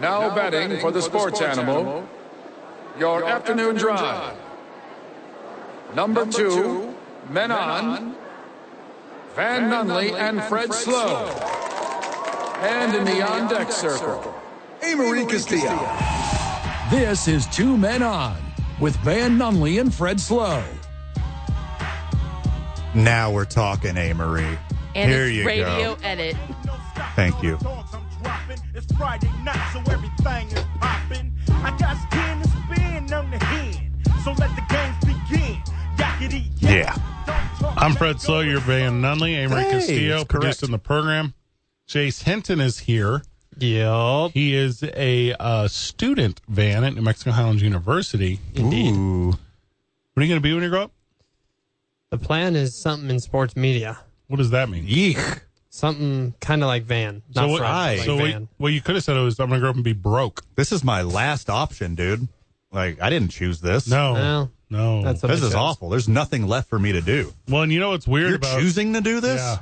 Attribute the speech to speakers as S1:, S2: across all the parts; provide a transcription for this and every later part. S1: Now, betting, for the sports, animal, your, afternoon, drive. Number, two, Men On, Van, Nunley, and Fred, Slow. And in the on deck circle,
S2: Amory Castillo.
S3: This is Two Men On with Van Nunley and Fred Slow.
S4: Now we're talking, A. Marie.
S5: And
S4: Here
S5: it's
S4: you
S5: radio
S4: go.
S5: edit.
S4: Thank you.
S6: It's Friday night, so everything is popping. I got skin to spin on the head, so let the games begin. Yakety
S4: Yeah.
S6: yak. Don't talk,
S7: I'm
S6: let
S7: Fred
S6: go.
S7: Sawyer, Van Nunley, Amory
S4: Hey, it's
S7: Castillo,
S4: correct.
S7: producing the program. Jace Hinton is here.
S8: Yep.
S7: He is a uh, student, Van, at New Mexico Highlands University.
S8: Indeed.
S4: Ooh.
S7: What are you going to be when you grow up?
S8: The plan is something in sports media.
S7: What does that mean?
S4: Yeek.
S8: Something kind of like Van. Not
S7: what,
S8: Fred, like
S7: so what,
S8: Van.
S7: what you could have said was, I'm going to grow up and be broke.
S4: This is my last option, dude. Like, I didn't choose this.
S7: No.
S8: Well,
S7: no.
S8: that's what
S4: This
S8: I
S4: is
S8: chose.
S4: awful. There's nothing left for me to do.
S7: well, and you know what's weird
S4: You're
S7: about
S4: choosing to do this?
S7: Yeah.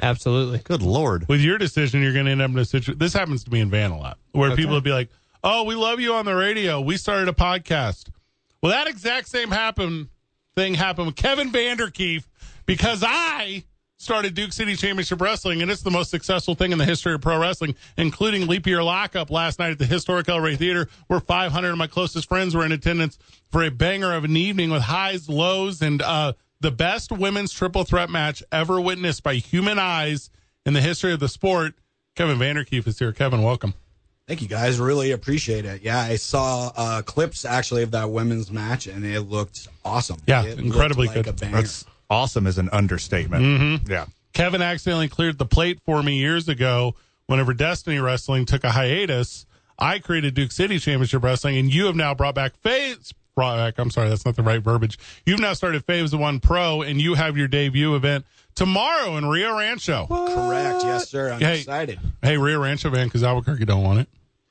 S8: Absolutely.
S4: Good Lord.
S7: with your decision, you're going to end up in a situation. This happens to me in Van a lot, where people would be like, "Oh, we love you on the radio. We started a podcast." Well, that exact same happen thing happened with Kevin Vanderkeef because I started Duke City Championship Wrestling, and it's the most successful thing in the history of pro wrestling, including leap year lockup last night at the historic El Rey Theater, where 500 of my closest friends were in attendance for a banger of an evening with highs, lows, and uh, the best women's triple threat match ever witnessed by human eyes in the history of the sport. Kevin Vanderkeef is here. Kevin, welcome.
S9: Thank you guys. Really appreciate it. Yeah, I saw uh, clips actually of that women's match, and it looked awesome.
S7: Yeah,
S9: It looked
S7: incredibly
S9: like
S7: good.
S9: A banger.
S4: That's awesome is an understatement. Mm-hmm. Yeah.
S7: Kevin accidentally cleared the plate for me years ago whenever Destiny Wrestling took a hiatus. I created Duke City Championship Wrestling, and you have now brought back Faves. Brought back, I'm sorry, that's not the right verbiage. You've now started Faves One Pro, and you have your debut event tomorrow in Rio Rancho.
S9: correct. Yes, sir. I'm
S7: Hey.
S9: excited.
S7: Hey, Rio Rancho, man, because Albuquerque don't want it.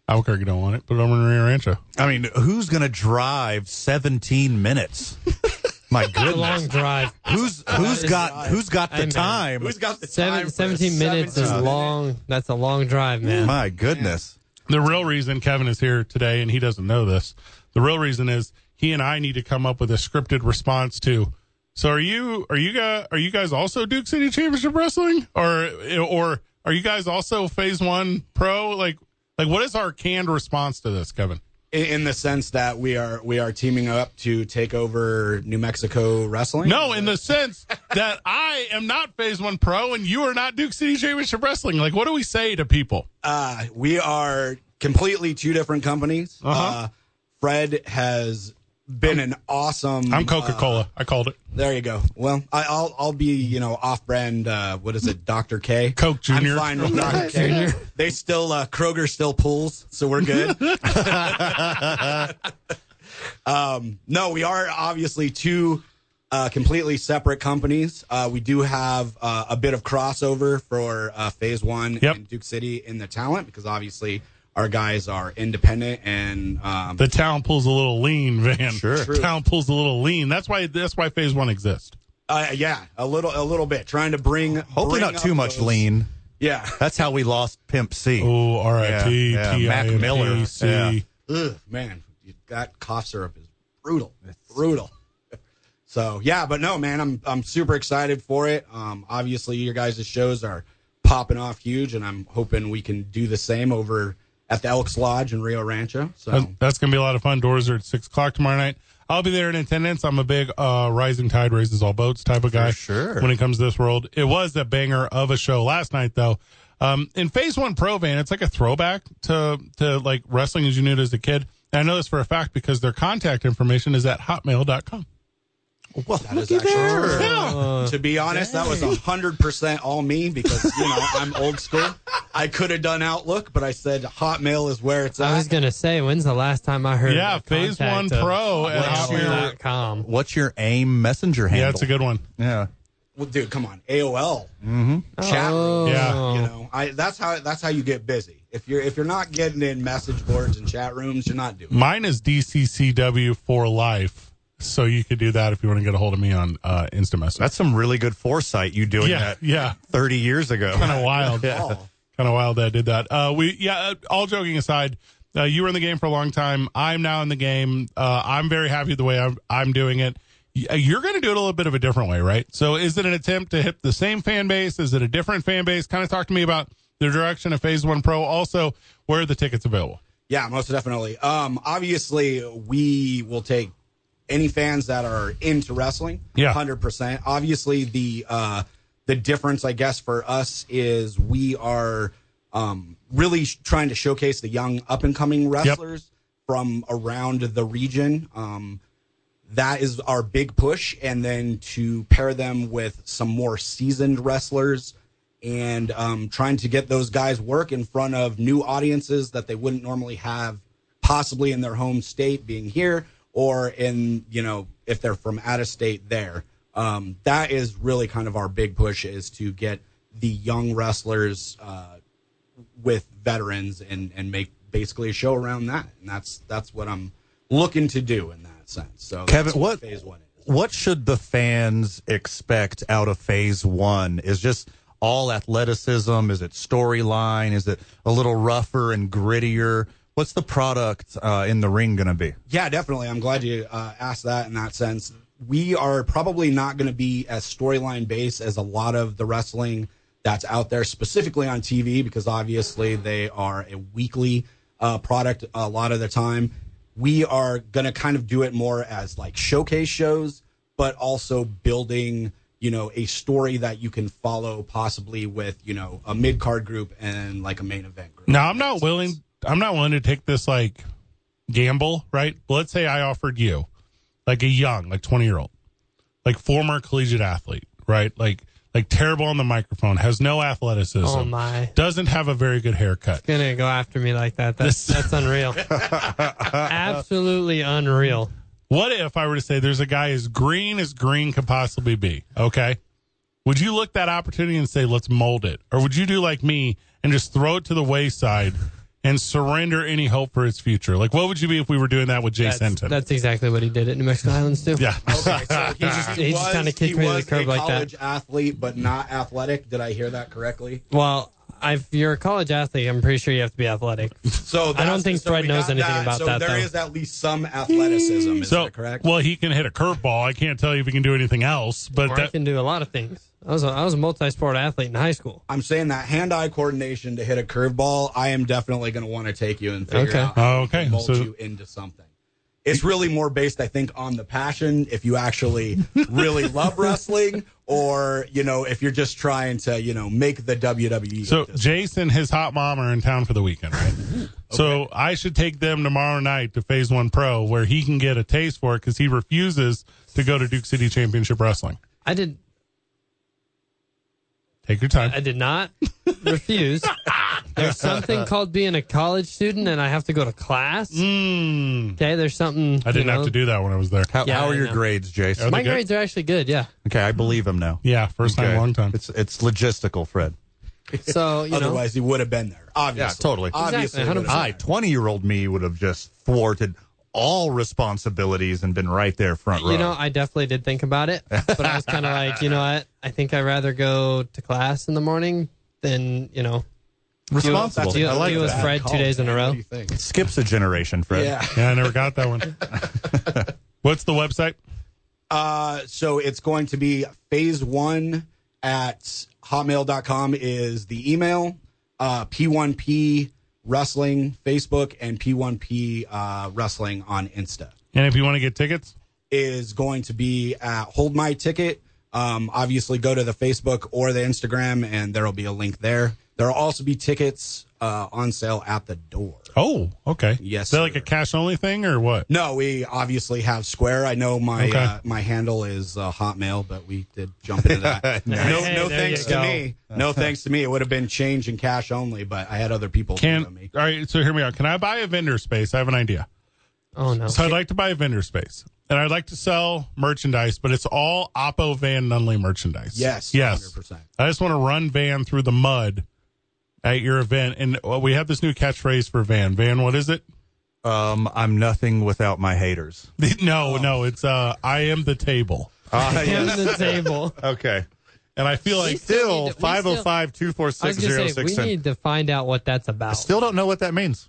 S7: Albuquerque don't want it. Put it over in Rio Rancho.
S4: I mean, who's going to drive 17 minutes? my
S8: A long
S4: goodness.
S8: drive.
S4: Who's who's got who's got the
S8: Amen.
S4: time?
S9: Who's got the time?
S8: Seven,
S9: for
S8: 17 minutes is
S9: 17
S8: long. That's a long drive, man.
S4: My goodness.
S7: The real reason Kevin is here today, and he doesn't know this, the real reason is he and I need to come up with a scripted response to. So are you are you guys are you guys also Duke City Championship Wrestling or or are you guys also Phase One Pro? Like like what is our canned response to this, Kevin?
S9: In, in the sense that we are we are teaming up to take over New Mexico wrestling.
S7: No, in the sense that I am not Phase One Pro and you are not Duke City Championship Wrestling. Like what do we say to people?
S9: Uh, we are completely two different companies. uh Fred has been an awesome.
S7: I'm
S9: uh,
S7: Coca Cola. I called it.
S9: There you go. Well, I, I'll I'll be you know off brand. Uh, what is it, Doctor K?
S7: Coke Junior.
S9: I'm fine with Doctor K. They still uh, Kroger still pulls, so we're good. um, no, we are obviously two uh, completely separate companies. Uh, we do have uh, a bit of crossover for uh, Phase One
S7: Yep.
S9: in Duke City in the talent because obviously our guys are independent and um,
S7: The town pulls a little lean, Van.
S4: Sure. True.
S7: Town pulls a little lean. That's why that's why Phase One exists.
S9: uh, yeah, a little a little bit trying to bring
S4: Hopefully
S9: bring
S4: not
S9: up
S4: too much
S9: those-
S4: lean.
S9: Yeah.
S4: That's how we lost Pimp C.
S7: Oh, R I P T
S4: Yeah,
S7: I
S4: yeah, Mac
S7: M P
S4: Miller.
S7: C.
S4: Yeah.
S9: Ugh, man, you- that cough syrup is brutal, brutal. So yeah, but no, man, I'm I'm super excited for it. Um, obviously, your guys' shows are popping off huge, and I'm hoping we can do the same over at the Elks Lodge in Rio Rancho.
S7: That's,
S9: So
S7: that's gonna be a lot of fun. Doors are at six o'clock tomorrow night. I'll be there in attendance. I'm a big uh, rising tide raises all boats type of guy.
S4: sure.
S7: When it comes to this world, it was a banger of a show last night though. Um, in Phase One Pro Van, it's like a throwback to to like wrestling as you knew it as a kid. And I know this for a fact because their contact information is at hotmail.com.
S4: Well,
S8: Oh,
S9: that is actually true.
S8: Uh,
S9: To be honest, that was hundred percent all me because you know I'm old school. I could have done Outlook, but I said Hotmail is where it's
S8: I was
S9: at.
S8: going to say, when's the last time I heard
S7: Yeah,
S8: of the
S7: Phase
S8: contact
S7: One
S8: of
S7: Pro at
S8: Hotmail.com.
S4: What's your AIM messenger handle?
S7: Yeah, it's a good one.
S4: Yeah.
S9: Well, dude, come on, AOL chat room.
S7: Yeah.
S9: you know i that's how that's how you get busy if you're if you're not getting in message boards and chat rooms you're not doing
S7: Mine is DCCW for life. So you could do that if you want to get a hold of me on uh, Instant Message.
S4: That's some really good foresight you doing
S7: yeah,
S4: that
S7: yeah.
S4: 30 years ago.
S7: kind of wild.
S9: all.
S7: Kind of wild that I did that. Uh, we yeah. uh, All joking aside, Uh, you were in the game for a long time. I'm now in the game. Uh, I'm very happy with the way I'm, I'm doing it. Y- uh, You're going to do it a little bit of a different way, right? So, is it an attempt to hit the same fan base? Is it a different fan base? Kind of talk to me about the direction of Phase One Pro. Also, where are the tickets available?
S9: Yeah, most definitely. Um, obviously, we will take any fans that are into wrestling.
S7: Yeah.
S9: hundred percent. Obviously, the uh, the difference, I guess, for us is we are um, really sh- trying to showcase the young up and coming wrestlers from around the region. Um, that is our big push and then to pair them with some more seasoned wrestlers and um, trying to get those guys work in front of new audiences that they wouldn't normally have possibly in their home state being here or in you know if they're from out of state there um, that is really kind of our big push is to get the young wrestlers uh, with veterans and and make basically a show around that and that's that's what i'm looking to do in that sense so that's
S4: Kevin, what
S9: phase one is
S4: what should the fans expect out of phase one? Is just all athleticism? Is it storyline? Is it a little rougher and grittier? What's the product uh, in the ring going to be?
S9: Yeah, definitely. I'm glad you uh, asked that in that sense. We are probably not going to be as storyline based as a lot of the wrestling that's out there, specifically on TV, because obviously they are a weekly uh, product a lot of the time. We are going to kind of do it more as like showcase shows, but also building, you know, a story that you can follow possibly with, you know, a mid card group and like a main event group.
S7: Now, I'm not willing. I'm not willing to take this like gamble, right? But let's say I offered you like a young, like 20 year old, like former collegiate athlete, right? Like like terrible on the microphone, has no athleticism,
S8: Oh my.
S7: doesn't have a very good haircut.
S8: Gonna go after me like that. That's that's unreal. Absolutely unreal.
S7: What if I were to say there's a guy as green as green could possibly be? Okay. Would you look that opportunity and say, let's mold it? Or would you do like me and just throw it to the wayside and surrender any hope for its future? Like, what would you be if we were doing that with Jay
S8: That's,
S7: Senton?
S8: that's exactly what he did at New Mexico Islands too.
S7: yeah.
S9: Okay, so he just,
S8: He just
S9: was-
S8: kinda kicked
S9: he
S8: me to the
S9: was
S8: curb
S9: a
S8: like that.
S9: college athlete, but not athletic. Did I hear that correctly?
S8: Well, if you're a college athlete, I'm pretty sure you have to be athletic.
S9: So
S8: I don't think
S9: so
S8: Fred
S9: we
S8: knows
S9: got
S8: anything
S9: that.
S8: about
S9: so
S8: that,
S9: There
S8: though.
S9: is at least some athleticism. Is
S7: So,
S9: that correct?
S7: well, he can hit a curveball. I can't tell you if he can do anything else, but
S8: Or I
S7: that,
S8: can do a lot of things. I was a, I was a multi-sport athlete in high school.
S9: I'm saying that hand-eye coordination to hit a curveball. I am definitely going to want to take you and figure
S8: Okay.
S9: out how
S7: Oh, okay.
S9: to mold
S7: So-
S9: you into something. It's really more based, I think, on the passion. If you actually really love wrestling, or you know, if you're just trying to, you know, make the E WWE.
S7: so Jason, his hot mom are in town for the weekend, right? So I should take them tomorrow night to Phase One Pro, where he can get a taste for it because he refuses to go to Duke City Championship Wrestling.
S8: I did
S7: Take your time.
S8: I did not refuse. There's something called being a college student, and I have to go to class.
S7: Mm.
S8: Okay, there's something.
S7: I didn't have to do that when I was there.
S4: How,
S8: Yeah,
S4: how are
S8: I
S4: your
S8: know.
S4: grades, Jason?
S8: My
S7: they good?
S8: grades are actually good. Yeah.
S4: Okay, I believe him now.
S7: Yeah, first time,
S4: Okay.
S7: long time.
S4: It's it's logistical, Fred.
S8: So you know,
S9: Otherwise, he would have been there. Obviously,
S4: totally. Exactly,
S9: Obviously, he
S8: 100%.
S9: would've been
S4: I, twenty year old me, would have just thwarted all responsibilities and been right there front row.
S8: you know, I definitely did think about it, but I was kind of like, you know what? I think I'd rather go to class in the morning than you know.
S4: responsible.
S8: Do you-
S4: I like
S8: do you-
S4: that.
S8: Fred two days in a
S9: man.
S8: row.
S9: What do you think?
S4: Skips a generation, Fred.
S9: Yeah.
S7: Yeah, I never got that one. What's the website?
S9: Uh, so it's going to be phase one at hotmail.com is the email, uh, P1P Wrestling Facebook, and P1P uh, Wrestling on Insta
S7: And if you want to get tickets,
S9: is going to be at Hold My Ticket. Um, obviously, go to the Facebook or the Instagram, and there will be a link there. There will also be tickets uh, on sale at the door.
S7: oh, okay.
S9: Yes,
S7: Is that like
S9: sir.
S7: a cash only thing or what?
S9: No, we obviously have Square. I know my
S7: Okay.
S9: uh, my handle is uh, Hotmail, but we did jump into that. no,
S8: Hey,
S9: no
S8: there
S9: thanks
S8: you
S9: to
S8: go.
S9: me. No thanks to me. It would have been change and cash only, but I had other people do
S7: Can
S9: me.
S7: all right. So hear me out. Can I buy a vendor space? I have an idea.
S8: Oh no.
S7: So I'd like to buy a vendor space, and I'd like to sell merchandise, but it's all Oppo Van Nunley merchandise.
S9: Yes,
S7: yes.
S9: 100%.
S7: I just want to run Van through the mud at your event, and well, we have this new catchphrase for Van. Van, what is it?
S4: Um, I'm nothing without my haters.
S7: No, no, it's uh, I am the table,
S4: Uh,
S8: Hand the table.
S4: okay.
S7: and I feel like oh
S8: still
S4: Still,
S8: need to- we still-
S4: 505
S8: I was
S4: 246
S8: gonna say we need to find out what that's about.
S4: Still don't know what that means.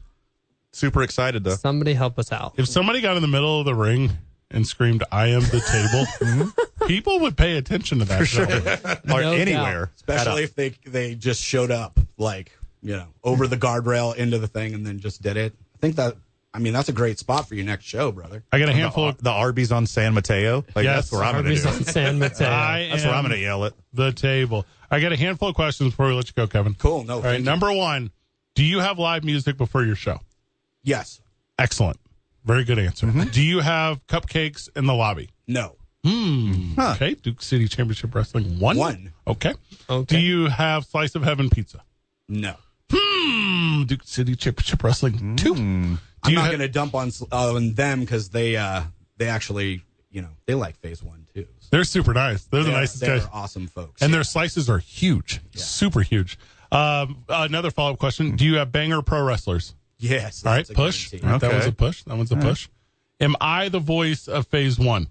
S4: Super excited though.
S8: Somebody help us out.
S7: If somebody got in the middle of the ring and screamed, "I am the table," people would pay attention to that. show.
S4: or
S8: No
S4: anywhere,
S9: especially
S4: At
S9: if they they just showed up like you know over the guardrail into the thing and then just did it. I think that I mean that's a great spot for your next show, brother.
S7: I got a
S4: a-
S7: handful of
S4: the Arby's on San Mateo. Like
S7: Yes,
S4: that's where I'm going to
S8: Arby's
S4: do.
S8: on
S4: it.
S8: San Mateo.
S7: I
S4: That's where I'm
S7: am-
S4: going to yell it.
S7: the table. I got a handful of questions before we let you go, Kevin.
S9: Cool. No.
S7: All
S9: thank
S7: right.
S9: you.
S7: Number one, do you have live music before your show?
S9: Yes.
S7: Excellent. Very good answer.
S9: Mm-hmm.
S7: Do you have cupcakes in the lobby?
S9: No.
S7: Hmm. Okay. Duke City Championship Wrestling one.
S9: One.
S7: Okay.
S8: Okay.
S7: Do you have Slice of Heaven pizza?
S9: No.
S7: Hmm. Duke City Championship Wrestling two. Do
S9: Mm. I'm
S7: you
S9: not
S7: ha-
S9: going to dump on s- uh, on them because they uh they actually you know they like Phase One too. So
S7: They're super nice. They're the
S9: they're-
S7: nicest
S9: they're
S7: guys.
S9: awesome folks.
S7: And their slices are huge, super huge. Um, another follow up question: Do you have banger pro wrestlers?
S9: yes.
S7: All right,
S9: that's a
S7: push.
S9: guarantee.
S7: That
S4: Okay.
S7: was a push. That one's a push. Am I the voice of Phase One?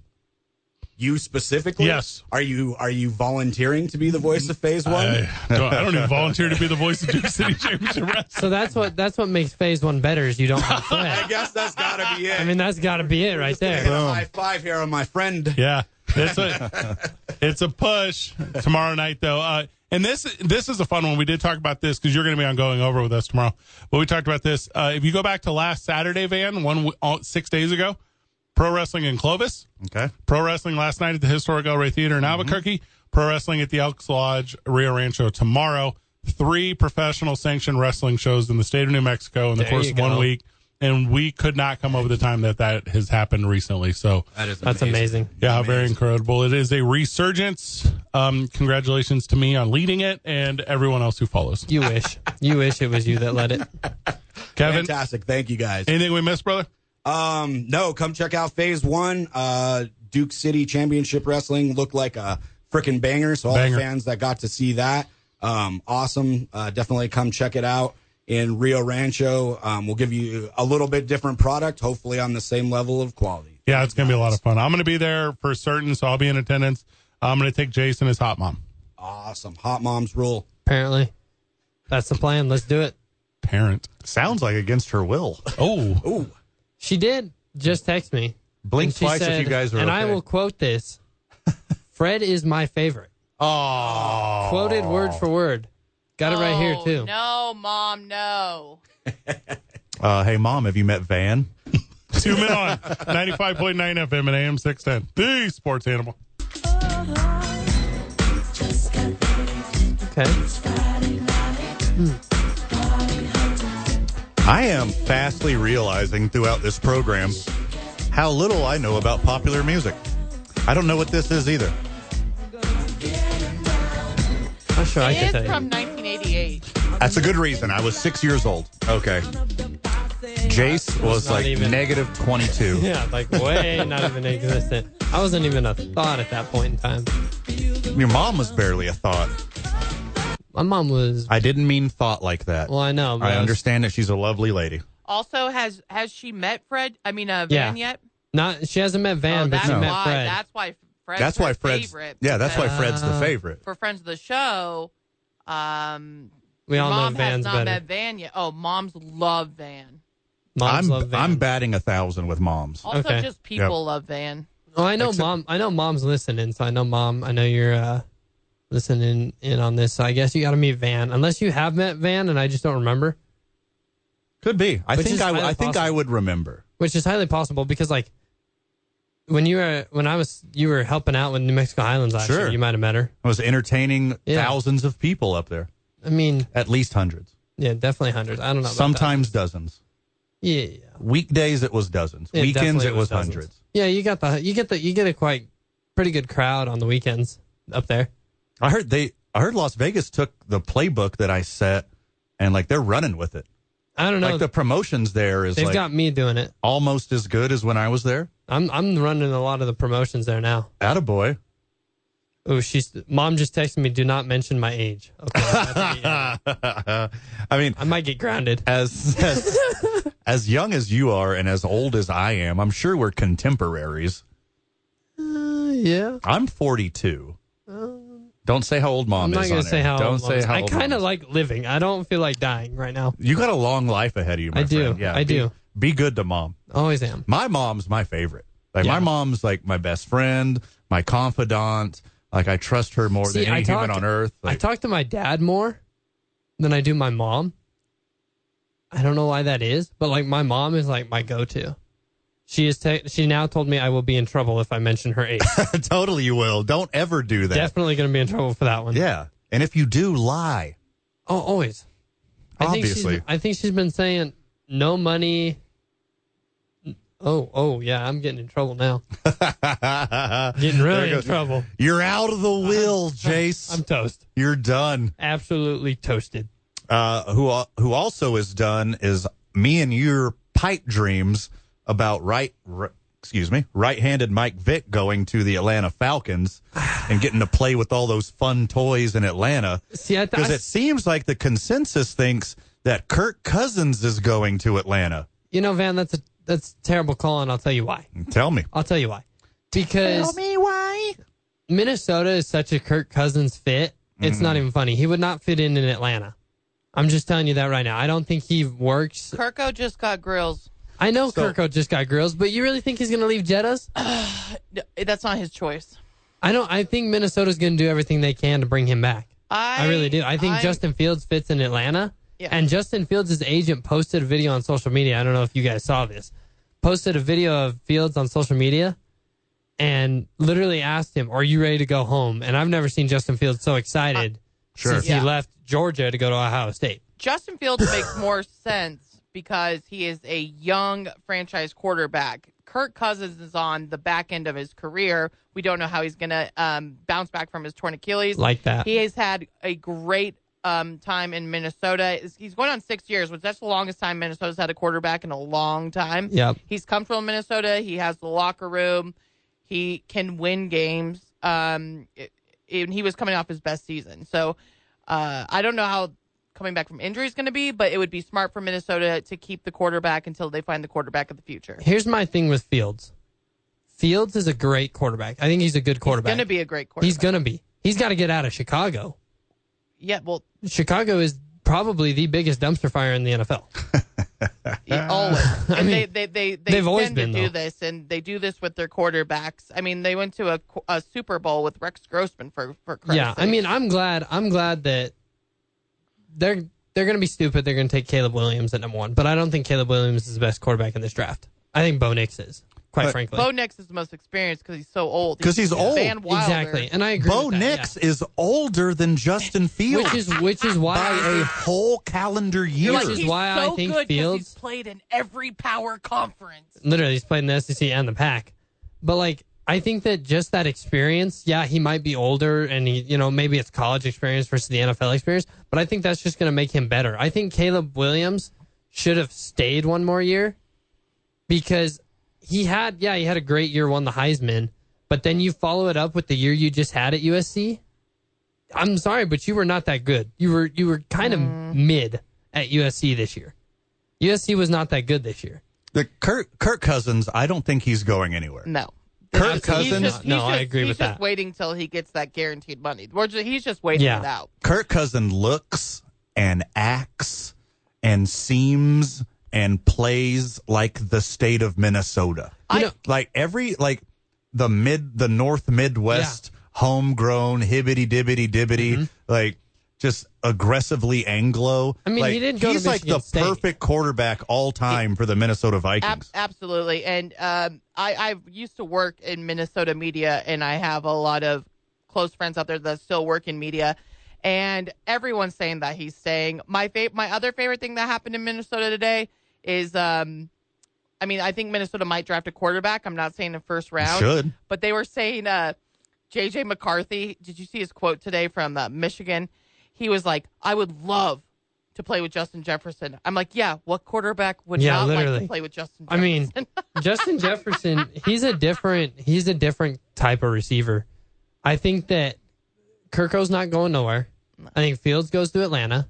S9: You specifically?
S7: Yes.
S9: Are you are you volunteering to be the voice of Phase One?
S7: I don't, I don't even volunteer to be the voice of Duke City Championship Wrestling.
S8: So that's what that's what makes phase one better is you don't have
S9: I
S8: Fred.
S9: guess that's got to be it.
S8: I mean, that's got to be it right
S9: Hit
S8: there.
S9: a high five here on my friend.
S7: Yeah, it's a it's a push tomorrow night though. Uh, and this this is a fun one. We did talk about this because you're going to be on going over with us tomorrow. But we talked about this. Uh, if you go back to last Saturday, Van one w- all- six days ago, pro wrestling in Clovis,
S4: Okay.
S7: pro wrestling last night at the historic El Rey Theater
S8: Mm-hmm.
S7: in Albuquerque, pro wrestling at the Elks Lodge Rio Rancho tomorrow. Three professional sanctioned wrestling shows in the state of New Mexico in the
S8: There
S7: course
S8: you
S7: of one
S8: go.
S7: week, and we could not come over the time that that has happened recently. So
S9: That is
S8: That's amazing.
S7: yeah, how very incredible. It is a resurgence. Um, congratulations to me on leading it and everyone else who follows.
S8: You wish. You wish it was you that led it.
S7: Kevin,
S9: Fantastic. Thank you guys.
S7: anything we missed, brother?
S9: Um, no, come check out Phase One. Uh, Duke City Championship Wrestling looked like a freaking banger. So all
S7: Banger.
S9: the fans that got to see that, um, awesome. Uh, definitely come check it out in Rio Rancho. Um, we'll give you a little bit different product, hopefully on the same level of quality.
S7: Yeah, it's going to be a lot of fun. I'm going to be there for certain, so I'll be in attendance. I'm going to take Jason as hot mom.
S9: Awesome. Hot moms rule.
S8: Apparently, that's the plan. Let's do it.
S7: Parent.
S4: Sounds like against her will.
S7: Oh,
S9: Ooh,
S8: She did just text me.
S4: Blink
S8: And she
S4: twice if
S8: said-
S4: you guys are
S8: And I
S4: okay.
S8: will quote this. Fred is my favorite.
S4: Oh.
S8: Quoted word for word. Got it right here
S5: Oh,
S8: too.
S5: No, mom, no.
S4: Uh, hey, mom, have you met Van?
S7: two men on 95.9 FM and AM 610. The sports animal.
S8: Okay.
S4: I am fastly realizing throughout this program how little I know about popular music. I don't know what this is either.
S8: I'm sure I can
S5: It's
S8: tell you.
S5: from 1988.
S4: That's a good reason. I was six years old. Okay. Jace was
S8: not
S4: like
S8: even-
S4: negative 22.
S8: Yeah, like way not even existent. I wasn't even a thought at that point in time.
S4: Your mom was barely a thought.
S8: My mom was.
S4: I didn't mean thought like that.
S8: Well, I know. but
S4: I
S8: was-
S4: understand that she's a lovely lady.
S5: Also, has has she met Fred? I mean, uh,
S8: Yeah.
S5: Van yet?
S8: Not she hasn't met Van,
S5: oh,
S8: but
S5: that's
S8: she
S5: why.
S8: met Fred.
S5: That's why. Fred's
S4: that's
S5: her
S4: why Fred's.
S5: Favorite
S4: yeah, that's why
S5: because
S4: Fred's
S8: Uh,
S4: the favorite.
S5: For friends of the show, um,
S8: we all
S5: mom
S8: know Van's
S5: has not
S8: better.
S5: met Van yet. Oh, moms love Van.
S8: Moms
S4: I'm
S8: love Van.
S4: I'm batting a thousand with moms.
S5: Also,
S8: Okay.
S5: just people love Van.
S8: Oh, I know
S4: Except-
S8: mom. I know mom's listening, so I know mom. I know you're uh, listening in on this. So I guess you got to meet Van, unless you have met Van, and I just don't remember,
S4: Could be. I
S8: Which
S4: think
S8: is
S4: I,
S8: highly
S4: I think I
S8: possible.
S4: would remember.
S8: which is highly possible because like when you were when I was you were helping out with New Mexico Highlands last
S4: Sure.
S8: year, you might have met her.
S4: I was entertaining
S8: Yeah.
S4: thousands of people up there,
S8: I mean,
S4: at least hundreds,
S8: yeah, definitely hundreds. I don't know. About that.
S4: sometimes dozens.
S8: yeah, yeah, yeah.
S4: Weekdays it was dozens.
S8: Yeah,
S4: Weekends
S8: definitely
S4: it was
S8: dozens.
S4: hundreds.
S8: Yeah, you got the you get the you get a quite pretty good crowd on the weekends up there.
S4: I heard they. I heard Las Vegas took the playbook that I set, and like they're running with it.
S8: I don't know.
S4: Like the promotions there is
S8: They've
S4: like
S8: got me doing it.
S4: almost as good as when I was there.
S8: I'm I'm running a lot of the promotions there now.
S4: Attaboy.
S8: Oh, she's mom just texted me. Do not mention my age. Okay, that's the end.
S4: I mean,
S8: I might get grounded.
S4: as as, as young as you are and as old as I am, I'm sure we're contemporaries.
S8: Uh, yeah,
S4: I'm 42. Don't say how old mom
S8: I'm
S4: is.
S8: not
S4: on
S8: going to say
S4: air.
S8: how.
S4: Don't
S8: old
S4: say
S8: Mom is.
S4: how.
S8: I
S4: old
S8: kind
S4: Mom
S8: of
S4: is.
S8: like living. I don't feel like dying right now.
S4: You got a long life ahead of you. My
S8: I do.
S4: friend. Yeah,
S8: I
S4: be-
S8: do.
S4: Be good to mom.
S8: Always am.
S4: My mom's my favorite. Like
S8: Yeah.
S4: my mom's like my best friend, my confidant. Like I trust her more
S8: See,
S4: than
S8: I
S4: any human
S8: talked-
S4: on earth.
S8: I
S4: Like,
S8: talk to my dad more than I do my mom. I don't know why that is, but like my mom is like my go-to. She is. Te- she now told me I will be in trouble if I mention her age.
S4: totally, you will. Don't ever do that.
S8: Definitely going to be in trouble for that one.
S4: Yeah, and if you do, lie.
S8: Oh, always. I think
S4: Obviously.
S8: she's, I think she's been saying no money. Oh, oh yeah, I'm getting in trouble now. Getting
S4: There
S8: really in
S4: goes-
S8: trouble.
S4: You're out of the will, Jace.
S8: I'm toast.
S4: You're done.
S8: Absolutely toasted.
S4: uh, who al- who also is done is me and your pipe dreams about right, r excuse me right-handed Mike Vick going to the Atlanta Falcons and getting to play with all those fun toys in Atlanta
S8: See, I
S4: because
S8: thought
S4: it seems like the consensus thinks that Kirk Cousins is going to Atlanta.
S8: you know, Van, that's a that's a terrible call, and I'll tell you why.
S4: Tell me,
S8: I'll tell you why. Because Minnesota is such a Kirk Cousins fit. It's not even funny. He would not fit in in Atlanta. I'm just telling you that right now. I don't think he works.
S5: Kirko just got grills.
S8: I know
S4: So-
S8: Kirko just got grills, but you really think he's going to leave Jettas?
S5: No, That's not his choice.
S8: I don't. I think Minnesota's going to do everything they can to bring him back.
S5: I,
S8: I, really do. I think
S5: I-
S8: Justin Fields fits in Atlanta.
S5: Yeah.
S8: And Justin Fields' agent posted a video on social media. I don't know if you guys saw this. Posted a video of Fields on social media and literally asked him, Are you ready to go home? And I've never seen Justin Fields so excited
S4: Sure.
S8: since
S5: Uh, Yeah.
S8: he left Georgia to go to Ohio State.
S5: Justin Fields makes more sense because he is a young franchise quarterback. Kirk Cousins is on the back end of his career. We don't know how he's going to um, bounce back from his torn Achilles.
S8: Like that.
S5: He has had a great um, time in Minnesota. Is- He's going on six years, which that's the longest time Minnesota's had a quarterback in a long time.
S8: Yep.
S5: He's comfortable in Minnesota. He has the locker room. He can win games. Um, it- and he was coming off his best season. So uh, I don't know how coming back from injury is going to be, but it would be smart for Minnesota to keep the quarterback until they find the quarterback of the future.
S8: Here's my thing with Fields Fields is a great quarterback. I think he's a good
S5: He's
S8: quarterback.
S5: going to be a great quarterback.
S8: He's going to be. He's got to get out of Chicago.
S5: Yeah, well,
S8: Chicago is probably the biggest dumpster fire in the NFL.
S5: Yeah, always.
S8: Ah. I
S5: And
S8: mean,
S5: they, they, they, they
S8: they've always
S5: tend to
S8: been,
S5: do
S8: though.
S5: this, and they do this with their quarterbacks. I mean, they went to a, qu- a Super Bowl with Rex Grossman for for Christ's
S8: yeah, I
S5: sake.
S8: mean, I'm glad. I'm glad that they're they're going to be stupid. They're going to take Caleb Williams at number one, but I don't think Caleb Williams is the best quarterback in this draft. I think Bo Nix is, quite
S4: But-
S8: frankly.
S5: Bo Nix is the most experienced because he's so old.
S4: 'Cause he's old.
S5: Van Wilder.
S8: exactly, and I agree.
S4: Bo
S8: with that, yeah.
S4: Nix is older than Justin Fields
S8: which is which is why
S4: by a whole calendar year.
S8: Which is
S5: He's
S8: why
S5: so
S8: I think
S5: good 'cause
S8: Fields-
S5: he's played in every power conference.
S8: literally he's played in the SEC and the pack. But like I think that just that experience, yeah, he might be older and he you know, maybe it's college experience versus the NFL experience, but I think that's just gonna make him better. I think Caleb Williams should have stayed one more year because he had yeah, he had a great year, won the Heisman, but then you follow it up with the year you just had at USC. I'm sorry, but you were not that good. You were you were kind of mid at USC this year. USC was not that good this year.
S4: The Kirk, Kirk Cousins, I don't think he's going anywhere.
S5: No.
S4: Kirk
S5: He's
S4: Cousins?
S5: just- he's
S8: No,
S5: just-
S8: I agree
S5: he's
S8: with
S5: just
S8: that.
S5: waiting till he gets that guaranteed money. We're ju- he's just waiting
S8: Yeah.
S5: it out.
S4: Kirk Cousin looks and acts and seems and plays like the state of Minnesota.
S5: I-
S8: know-
S4: like every like the mid the North Midwest homegrown hibbity dibbity dibbity like just aggressively Anglo.
S8: Mm-hmm. I mean, he
S4: like,
S8: didn't go to
S4: He's like the
S8: Michigan State.
S4: perfect quarterback all time for the Minnesota Vikings.
S5: Ab- absolutely. And um, I, I used to work in Minnesota media, and I have a lot of close friends out there that still work in media. And everyone's saying that he's staying. My fa- my other favorite thing that happened in Minnesota today is, um, I mean, I think Minnesota might draft a quarterback. I'm not saying the first round,
S4: Should
S5: but they were saying uh JJ McCarthy, did you see his quote today from uh, Michigan? He was like, "I would love to play with Justin Jefferson." I'm like, "Yeah, what quarterback would
S8: Yeah,
S5: not like
S8: literally.
S5: to play with Justin?"
S8: I
S5: Jefferson?
S8: mean, Justin Jefferson, he's a different he's a different type of receiver. I think that Kirko's not going nowhere. I think Fields goes to Atlanta.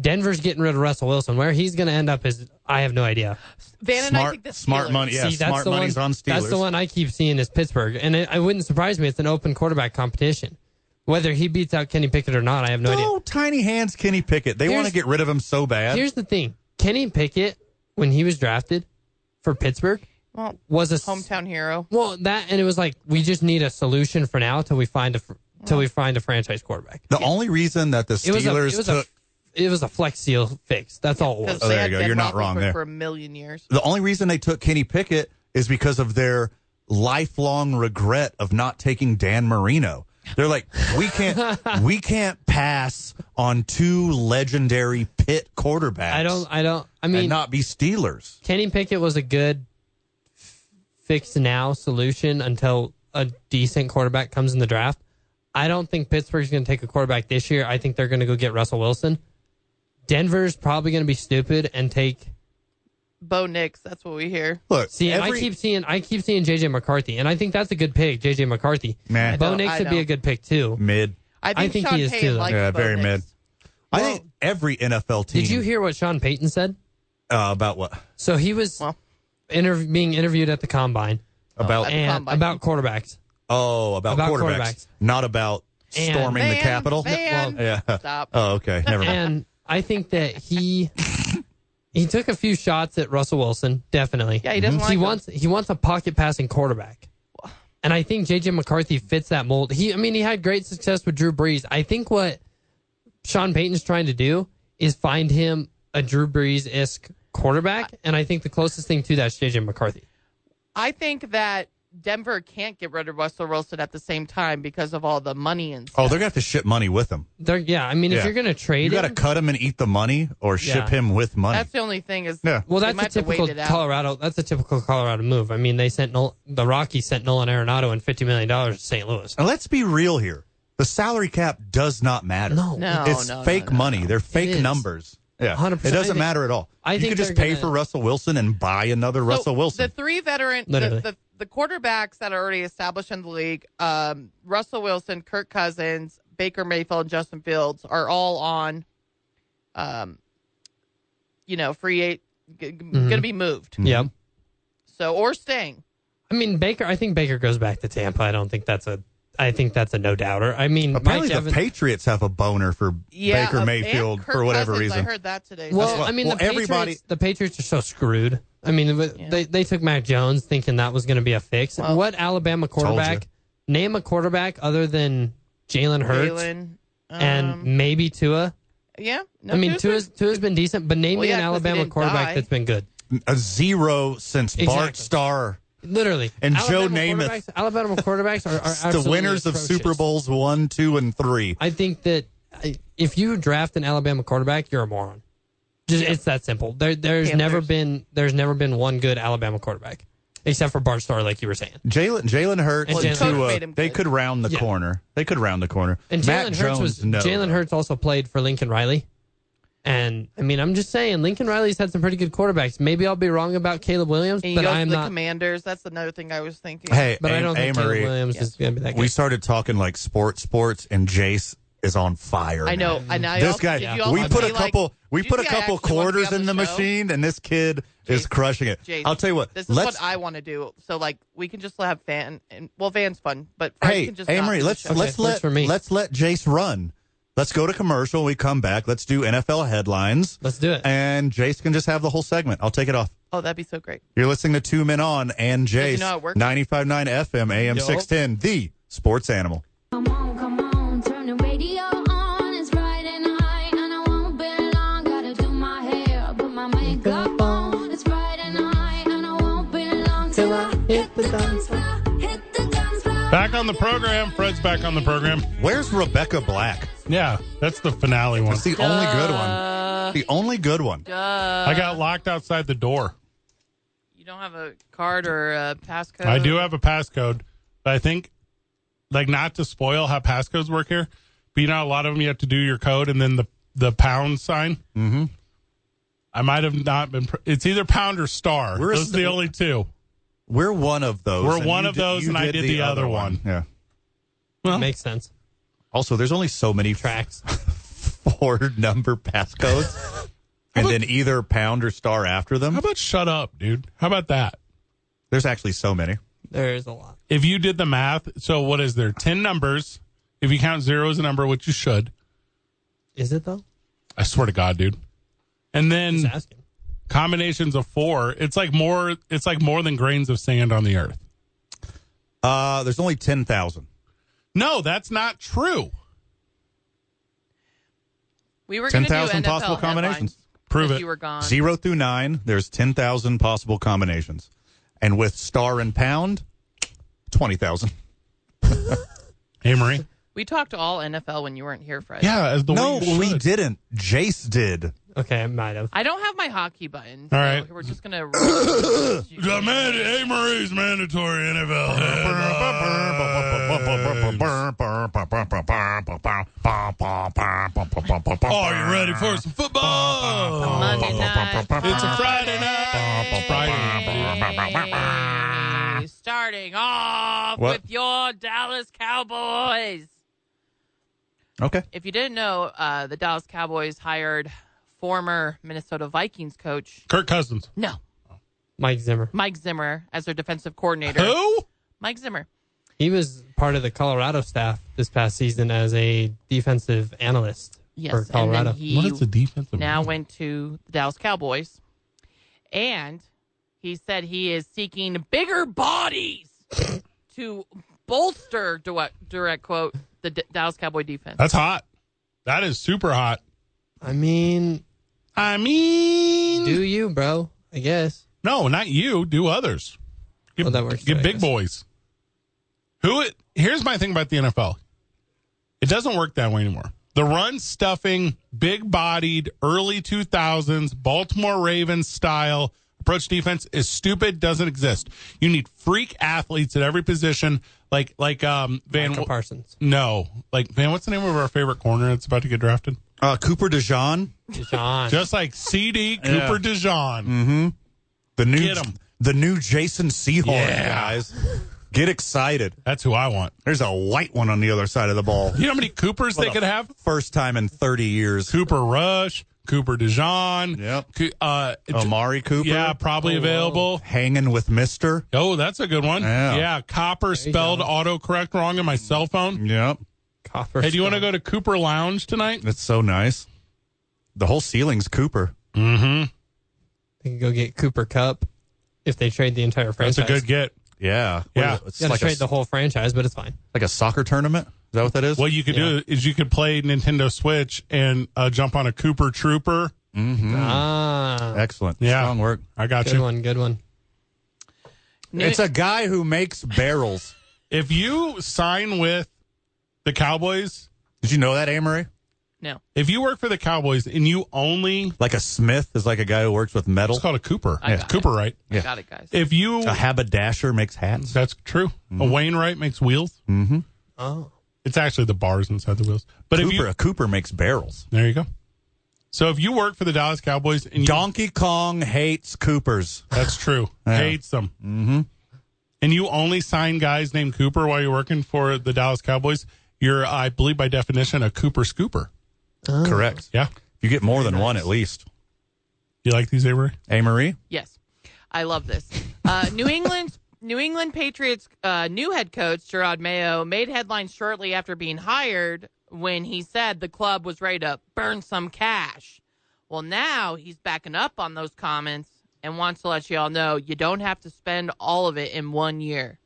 S8: Denver's getting rid of Russell Wilson. Where he's going to end up is I have no idea.
S5: Van and I
S4: smart
S5: think the
S4: smart
S5: Steelers.
S4: money. Yeah,
S8: See, that's
S4: smart
S8: the
S4: money's
S8: one,
S4: on Steelers.
S8: That's the one I keep seeing is Pittsburgh, and it, it wouldn't surprise me. It's an open quarterback competition. Whether he beats out Kenny Pickett or not, I have no idea.
S4: Oh, tiny hands, Kenny Pickett. They
S8: Here's-
S4: want to get rid of him so bad.
S8: Here's the thing: Kenny Pickett, when he was drafted for Pittsburgh,
S5: Well,
S8: was a s-
S5: hometown hero.
S4: Oh,
S8: Well, that and it was like we just need a solution for now till we find a fr- till we find a franchise quarterback.
S4: The only reason that the
S8: It was a,
S4: Steelers
S8: it was
S4: took
S8: a it was a flex seal fix. That's all it was.
S5: Because
S4: Oh,
S5: they
S4: there
S5: had
S4: you go.
S5: Ben
S4: You're not
S5: Roethlisberger
S4: wrong there.
S5: For a million years.
S4: the only reason they took Kenny Pickett is because of their lifelong regret of not taking Dan Marino. They're like, we can't we can't pass on two legendary pit quarterbacks
S8: I don't. I don't. I
S4: and
S8: mean,
S4: not be Steelers.
S8: Kenny Pickett was a good f- fix now solution until a decent quarterback comes in the draft. I don't think Pittsburgh's going to take a quarterback this year. I think they're going to go get Russell Wilson. Denver's probably going to be stupid and take.
S5: Bo Nix. That's what we hear.
S4: Look,
S8: See, and
S4: every-
S8: I keep seeing I keep seeing JJ McCarthy, and I think that's a good pick, JJ McCarthy.
S4: Nah. I
S8: Bo
S5: don't-
S8: Nix
S5: I
S8: would be a
S5: don't.
S8: good pick too.
S4: mid.
S5: I think,
S8: I think
S5: Sean
S8: he is
S5: Payton
S8: too.
S5: likes
S4: Yeah,
S5: Bo
S4: very
S5: Nix.
S4: mid. I think every NFL team
S8: Did you hear what Sean Payton said?
S4: uh, about what
S8: So he was
S5: Well.
S8: interv- being interviewed at the combine
S4: about
S5: At the
S8: and
S5: combine.
S8: about quarterbacks.
S4: oh about,
S8: about
S4: quarterbacks,
S8: quarterbacks.
S4: not about
S8: And-
S4: storming the
S5: Van,
S4: Capitol.
S5: Van.
S4: yeah.
S5: Stop.
S4: Oh, okay. Never mind.
S8: and I think that he he took a few shots at Russell Wilson, definitely. Mm-hmm.
S5: Yeah, he doesn't like
S8: he
S5: him.
S8: wants he wants a pocket passing quarterback. And I think JJ McCarthy fits that mold. He I mean he had great success with Drew Brees. I think what Sean Payton's trying to do is find him a Drew Brees esque quarterback. And I think the closest thing to that is JJ McCarthy.
S5: I think that Denver can't get rid of Russell Wilson at the same time because of all the money and
S4: Oh, they're gonna have to ship money with them.
S8: They're, yeah, I mean
S4: Yeah.
S8: if you're gonna trade
S4: You got to
S8: him-
S4: cut him and eat the money, or ship
S8: Yeah.
S4: him with money.
S5: That's the only thing is.
S4: Yeah.
S8: Well,
S5: they
S8: that's
S5: might
S8: a
S5: have to wait it
S8: typical
S5: out.
S8: Colorado. That's a typical Colorado move. I mean, they sent Nol- the Rockies sent Nolan Arenado and fifty million dollars to St. Louis.
S4: And let's be real here. The salary cap does not matter.
S8: No,
S5: No,
S4: it's
S5: no, no,
S4: fake
S5: no, no.
S4: money. They're fake
S8: is.
S4: numbers. Yeah,
S8: 100%.
S4: it
S8: I
S4: doesn't
S8: think-
S4: matter at all.
S8: I
S4: you
S8: think
S4: could just
S8: they're
S4: pay
S8: gonna-
S4: for Russell Wilson and buy another
S5: So,
S4: Russell Wilson.
S5: The three veteran, the,
S8: Literally.
S5: the, the quarterbacks that are already established in the league, um, Russell Wilson, Kirk Cousins, Baker Mayfield, and Justin Fields are all on, um, you know, free eight, g- going to be moved.
S8: Mm-hmm. Yeah,
S5: So or staying.
S8: I mean Baker. I think Baker goes back to Tampa. I don't think that's a. I think that's a no doubter. I mean,
S4: Apparently,
S8: Mike
S4: the
S8: Evans.
S4: Patriots have a boner for
S5: Yeah,
S4: Baker
S5: um,
S4: Mayfield
S5: and Kirk
S4: for whatever
S5: Cousins,
S4: reason.
S5: I heard that today.
S8: well,
S4: That's what-
S8: I mean,
S4: well,
S8: the
S4: everybody-
S8: Patriots, the Patriots are so screwed. I mean, w-
S5: Yeah.
S8: they they took Mac Jones thinking that was going to be a fix.
S5: Well-
S8: what Alabama quarterback? Name a quarterback other than Jalen Hurts
S5: Jalen, um,
S8: and maybe Tua.
S5: yeah, no,
S8: I mean,
S5: Tua's
S8: Tua's, Tua's been decent, but name
S5: Well,
S8: me
S5: yeah,
S8: an
S5: 'cause he
S8: Alabama
S5: didn't
S8: quarterback
S5: die.
S8: that's been good.
S4: a zero since Bart
S8: Exactly.
S4: Starr.
S8: Literally.
S4: And Joe
S8: Alabama
S4: Namath.
S8: quarterbacks- Alabama quarterbacks are, are
S4: The
S8: absolutely
S4: winners of Super
S8: atrocious.
S4: Bowls one, two, and three.
S8: I think that I- if you draft an Alabama quarterback, you're a moron. Just, It's that simple. There, there's
S5: Panthers.
S8: never been there's never been one good Alabama quarterback except for Bart Starr, like you were saying.
S4: Jalen Jalen Hurts
S8: And
S4: and
S8: Jalen-
S5: Coach
S4: Tua,
S5: made him
S4: they
S5: good.
S4: could round the
S8: Yeah.
S4: corner. They could round the corner.
S8: And
S4: Mac
S8: Jalen
S4: Jones,
S8: Hurts was
S4: no.
S8: Jalen Hurts also played for Lincoln Riley. And I mean, I'm just saying, Lincoln Riley's had some pretty good quarterbacks. Maybe I'll be wrong about Caleb Williams,
S5: And he
S8: but
S5: goes
S8: I'm
S5: to the
S8: not.
S5: Commanders. That's another thing I was thinking.
S4: Hey,
S8: But I
S4: A-
S8: don't think
S4: A.
S8: Caleb
S4: Marie,
S8: Williams is going to be that good.
S4: we started talking like sports, sports, and Jace is on fire.
S5: I
S4: now.
S5: know. I know.
S4: This guy, we put a couple, we put a couple quarters in the
S5: machine.
S4: machine, and this kid is
S5: Jace,
S4: crushing it.
S5: Jason,
S4: I'll tell you what.
S5: This is
S4: let's,
S5: what I want to do. So like we can just have fan and well, Van's fun, but Frank
S4: hey,
S5: can just
S4: A.
S5: not
S4: Marie,
S5: do the
S4: let's
S5: show.
S4: let's
S8: Okay, works
S4: let
S8: for me.
S4: let's let Jace run. Let's go to commercial. We come back. Let's do NFL headlines,
S8: Let's do it.
S4: and Jace can just have the whole segment. I'll take it off.
S5: Oh, that'd be so great.
S4: You're listening to Two Men On and
S5: you
S4: Jace,
S5: know how it works?
S4: 95.9 FM, AM
S8: Yup.
S4: 610, the sports animal.
S10: Come on, come on, turn the radio on. It's Friday night, and I won't be long. Gotta do my hair, put my makeup on. It's Friday night, and I won't be long till I hit the dance floor. Hit the dance floor.
S7: Back on the program. Fred's back on the program.
S4: Where's Rebecca Black?
S7: Yeah, that's the finale one.
S4: That's the only good one. The only good one.
S7: I got locked outside the door.
S5: You don't have a card or a passcode.
S7: I do have a passcode, but I think, like, not to spoil how passcodes work here, but you know, a lot of them you have to do your code and then the the pound sign. Mm-hmm. I might have not been. Pr- it's either pound or star.
S4: We're a
S7: Those are the
S4: st-
S7: only two.
S4: We're one of those.
S7: We're
S4: and
S7: one
S4: you
S7: of
S4: did-
S7: those,
S4: you
S7: and I did the other one.
S4: Yeah.
S8: Makes sense.
S4: Also, there's only so many
S8: Tracks.
S4: four number passcodes, and then either pound or star after
S7: How
S4: them.
S7: about shut up, dude? How about that?
S4: There's actually so many.
S8: There's a lot.
S7: If you did the math, so what is there? Ten numbers. If you count zero as a number, which you should,
S8: Is it though?
S7: I swear to God, dude. And
S8: Just
S4: Hmm.
S7: then
S8: asking.
S7: combinations of four, it's like more. It's like more than grains of sand on the earth.
S4: Uh, there's only 10,000.
S7: No, that's not true.
S5: We were gonna do
S4: 10,000
S5: NFL
S4: possible
S5: headlines
S4: combinations.
S7: Prove
S5: if
S7: it.
S5: You were gone.
S4: Zero through nine, there's 10,000 possible combinations. And with star and pound, 20,000.
S7: Hey, Marie.
S5: We talked all NFL when you weren't here, Fred.
S7: Yeah, as the way
S4: No,
S7: you
S4: we
S7: should.
S4: didn't. Jace did.
S8: Okay, I might have.
S5: I don't have my hockey button.
S7: All
S5: so
S7: right.
S5: We're just gonna.
S7: The man- hey, Marie's mandatory NFL. headlines. Are you ready for some football?
S5: Monday night.
S7: It's a Friday night.
S5: Friday. Starting off
S4: What?
S5: with your Dallas Cowboys.
S4: Okay.
S5: If you didn't know, uh, the Dallas Cowboys hired former Minnesota Vikings coach.
S7: Kirk Cousins.
S5: No,
S8: Mike Zimmer.
S5: Mike Zimmer as their defensive coordinator.
S7: Who?
S5: Mike Zimmer.
S8: He was part of the Colorado staff this past season as a defensive analyst
S5: Yes,
S8: for Colorado.
S5: and then he
S7: defensive?
S5: now went to the Dallas Cowboys, and he said he is seeking bigger bodies to bolster direct, direct quote the D- Dallas Cowboy defense.
S7: That's hot. That is super hot.
S8: I mean,
S7: I mean,
S8: do you, bro? I guess.
S7: no, not you. Do others. Get,
S8: Well, that works
S7: get
S8: too, I
S7: big
S8: guess.
S7: boys. Who? It, here's my thing about the NFL. It doesn't work that way anymore. The run stuffing, big bodied, early 2000s, Baltimore Ravens style approach defense is stupid, doesn't exist. You need freak athletes at every position, like like um Van
S8: Michael Parsons.
S7: No, like Van, what's the name of our favorite corner that's about to get drafted?
S4: Uh, Cooper DeJean,
S8: Deshaun.
S7: Just like CD Cooper DeJean.
S4: the new,
S7: Get 'em.
S4: the new Jason Seahorn,
S7: Yeah.
S4: guys. Get excited.
S7: That's who I want.
S4: There's a white one on the other side of the ball.
S7: You know how many Coopers they
S4: a-
S7: could have?
S4: First time in 30 years.
S7: Cooper Rush, Cooper DeJean.
S4: Yep.
S7: Coo- Uh,
S4: Amari Cooper.
S7: yeah, probably available.
S4: Hanging with Mister.
S7: Oh, that's a good one.
S4: Yeah.
S7: copper spelled autocorrect wrong in my cell phone.
S4: Yep.
S8: Copper.
S7: Hey, do you want to
S8: Stone.
S7: go to Cooper Lounge tonight?
S4: That's so nice. The whole ceiling's Cooper.
S8: They can go get Cooper Cup if they trade the entire franchise.
S7: That's a good get.
S4: Yeah. What
S7: Yeah.
S4: is it? It's
S8: You gotta
S4: like
S8: trade
S4: a,
S8: the whole franchise, but it's fine.
S4: like a soccer tournament. Is that what that is?
S7: What you could do is you could play Nintendo Switch and uh, jump on a Cooper Trooper. Hmm.
S8: Ah,
S4: Excellent.
S7: Yeah.
S4: Strong work.
S7: I got
S8: good
S7: you.
S8: one, good one.
S5: New-
S4: It's a guy who makes barrels.
S7: If you sign with the Cowboys,
S4: Did you know that, Amory?
S5: no,
S7: if you work for the Cowboys and you only,
S4: Like a smith is like a guy who works with metal.
S7: it's called a Cooper.
S5: I
S7: It's
S5: got
S7: Cooper, right?
S5: I got it, Mm-hmm. guys.
S7: If you
S4: A haberdasher makes hats.
S7: That's true. A Wainwright makes wheels.
S5: Mm-hmm.
S8: Oh,
S7: It's actually the bars inside the wheels. But
S4: Cooper,
S7: if you,
S4: a Cooper makes barrels.
S7: there you go. So if you work for the Dallas Cowboys and you,
S4: Donkey Kong hates Coopers.
S7: that's true, hates them, mm-hmm. and you only sign guys named Cooper while you're working for the Dallas Cowboys, you're, I believe, by definition, a Cooper scooper. Oh.
S4: Correct.
S7: Yeah,
S4: You get more than one at least.
S7: you like these, Avery?
S4: Amory?
S5: Yes, I love this. Uh, New England, New England Patriots uh, new head coach Gerard Mayo made headlines shortly after being hired when he said the club was ready to burn some cash. Well, now he's backing up on those comments and wants to let you all know you don't have to spend all of it in one year.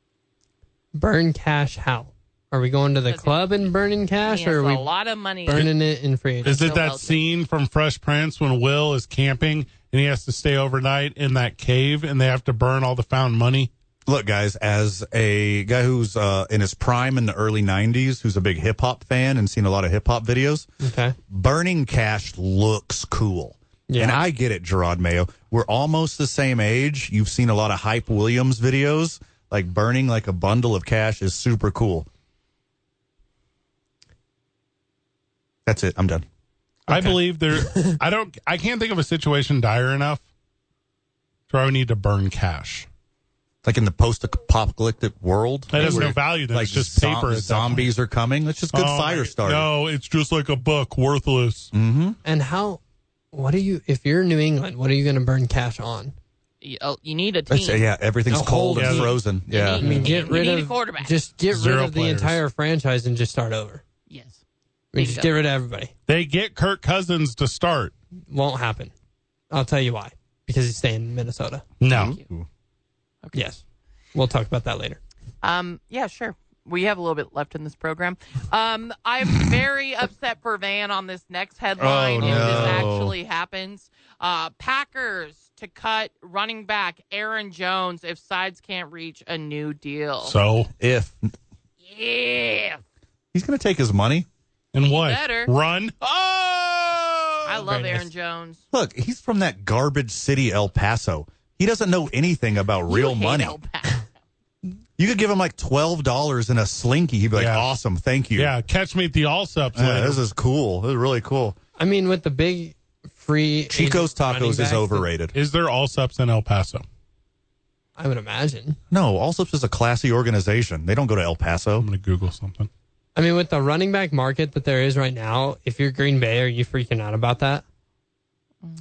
S8: burn cash. How are we going to the
S5: That's it.
S8: club and burning cash,
S5: That's
S8: or
S5: a
S8: are we
S5: lot of money.
S8: burning it in free agency?
S7: Is it
S5: Bill
S7: that
S5: Belichick.
S7: scene from Fresh Prince when Will is camping and he has to stay overnight in that cave and they have to burn all the found money?
S4: Look, guys, as a guy who's uh, in his prime in the early 90s, who's a big hip hop fan and seen a lot of hip hop videos,
S8: Okay,
S4: burning cash looks cool.
S8: Yeah.
S4: And I get it, Gerard Mayo. We're almost the same age. You've seen a lot of Hype Williams videos. Like burning like a bundle of cash is super cool. That's it. I'm done.
S7: I believe there. I don't. I can't think of a situation dire enough to where I would need to burn cash.
S4: Like in the post-apocalyptic world,
S7: That has
S4: where,
S7: no value. Then
S4: Like
S7: it's just
S4: zom-
S7: paper. at that
S4: Zombies are coming. That's just good
S7: point. Oh,
S4: fire
S7: my-
S4: starter. Mm.
S7: No, it's just like a book, worthless.
S8: and how? What are you? If you're New England, what are you going to burn cash on?
S5: you, uh, you need a team.
S4: That's- yeah, everything's
S8: A whole
S4: cold and
S7: team.
S4: frozen. Yeah.
S5: You
S8: I
S5: need-
S8: mean, get
S5: you
S8: rid
S5: need a
S8: of
S5: quarterback.
S8: Just get
S7: Zero
S8: rid of the
S7: players.
S8: entire franchise and just start over.
S5: Yes.
S8: I mean,
S5: There you
S8: just
S5: go.
S8: get rid of everybody.
S7: They get Kirk Cousins to start.
S8: Won't happen. I'll tell you why. Because he's staying in Minnesota.
S7: No.
S8: Yes. We'll talk about that later.
S5: Um, yeah, sure. We have a little bit left in this program. Um, I'm very upset for Van on this next headline
S7: Oh,
S5: if
S7: no.
S5: this actually happens. Uh, Packers to cut running back Aaron Jones if sides can't reach a new deal.
S7: So
S4: If
S5: yeah,
S4: he's going to take his money.
S7: and what?
S5: better.
S7: Run. Oh,
S5: I love
S8: Very nice.
S5: Aaron Jones.
S4: Look, he's from that garbage city, El Paso. He doesn't know anything about real
S5: You hate
S4: money.
S5: El Paso.
S4: You could give him like twelve dollars in a slinky. He'd be like,
S7: Yeah.
S4: "Awesome, thank you."
S7: yeah. Catch me at the Allsups
S4: Yeah,
S7: later.
S4: this is cool. This is really cool.
S8: I mean, with the big free
S4: Chico's
S8: agent running
S4: Tacos
S8: backs
S4: is
S8: that-
S4: overrated.
S7: Is there Allsups in El Paso?
S8: I would imagine.
S4: no, Allsup's is a classy organization. They don't go to El Paso.
S5: Mm-hmm.
S7: I'm gonna Google something.
S8: I mean, with the running back market that there is right now, if you're Green Bay, are you freaking out about that?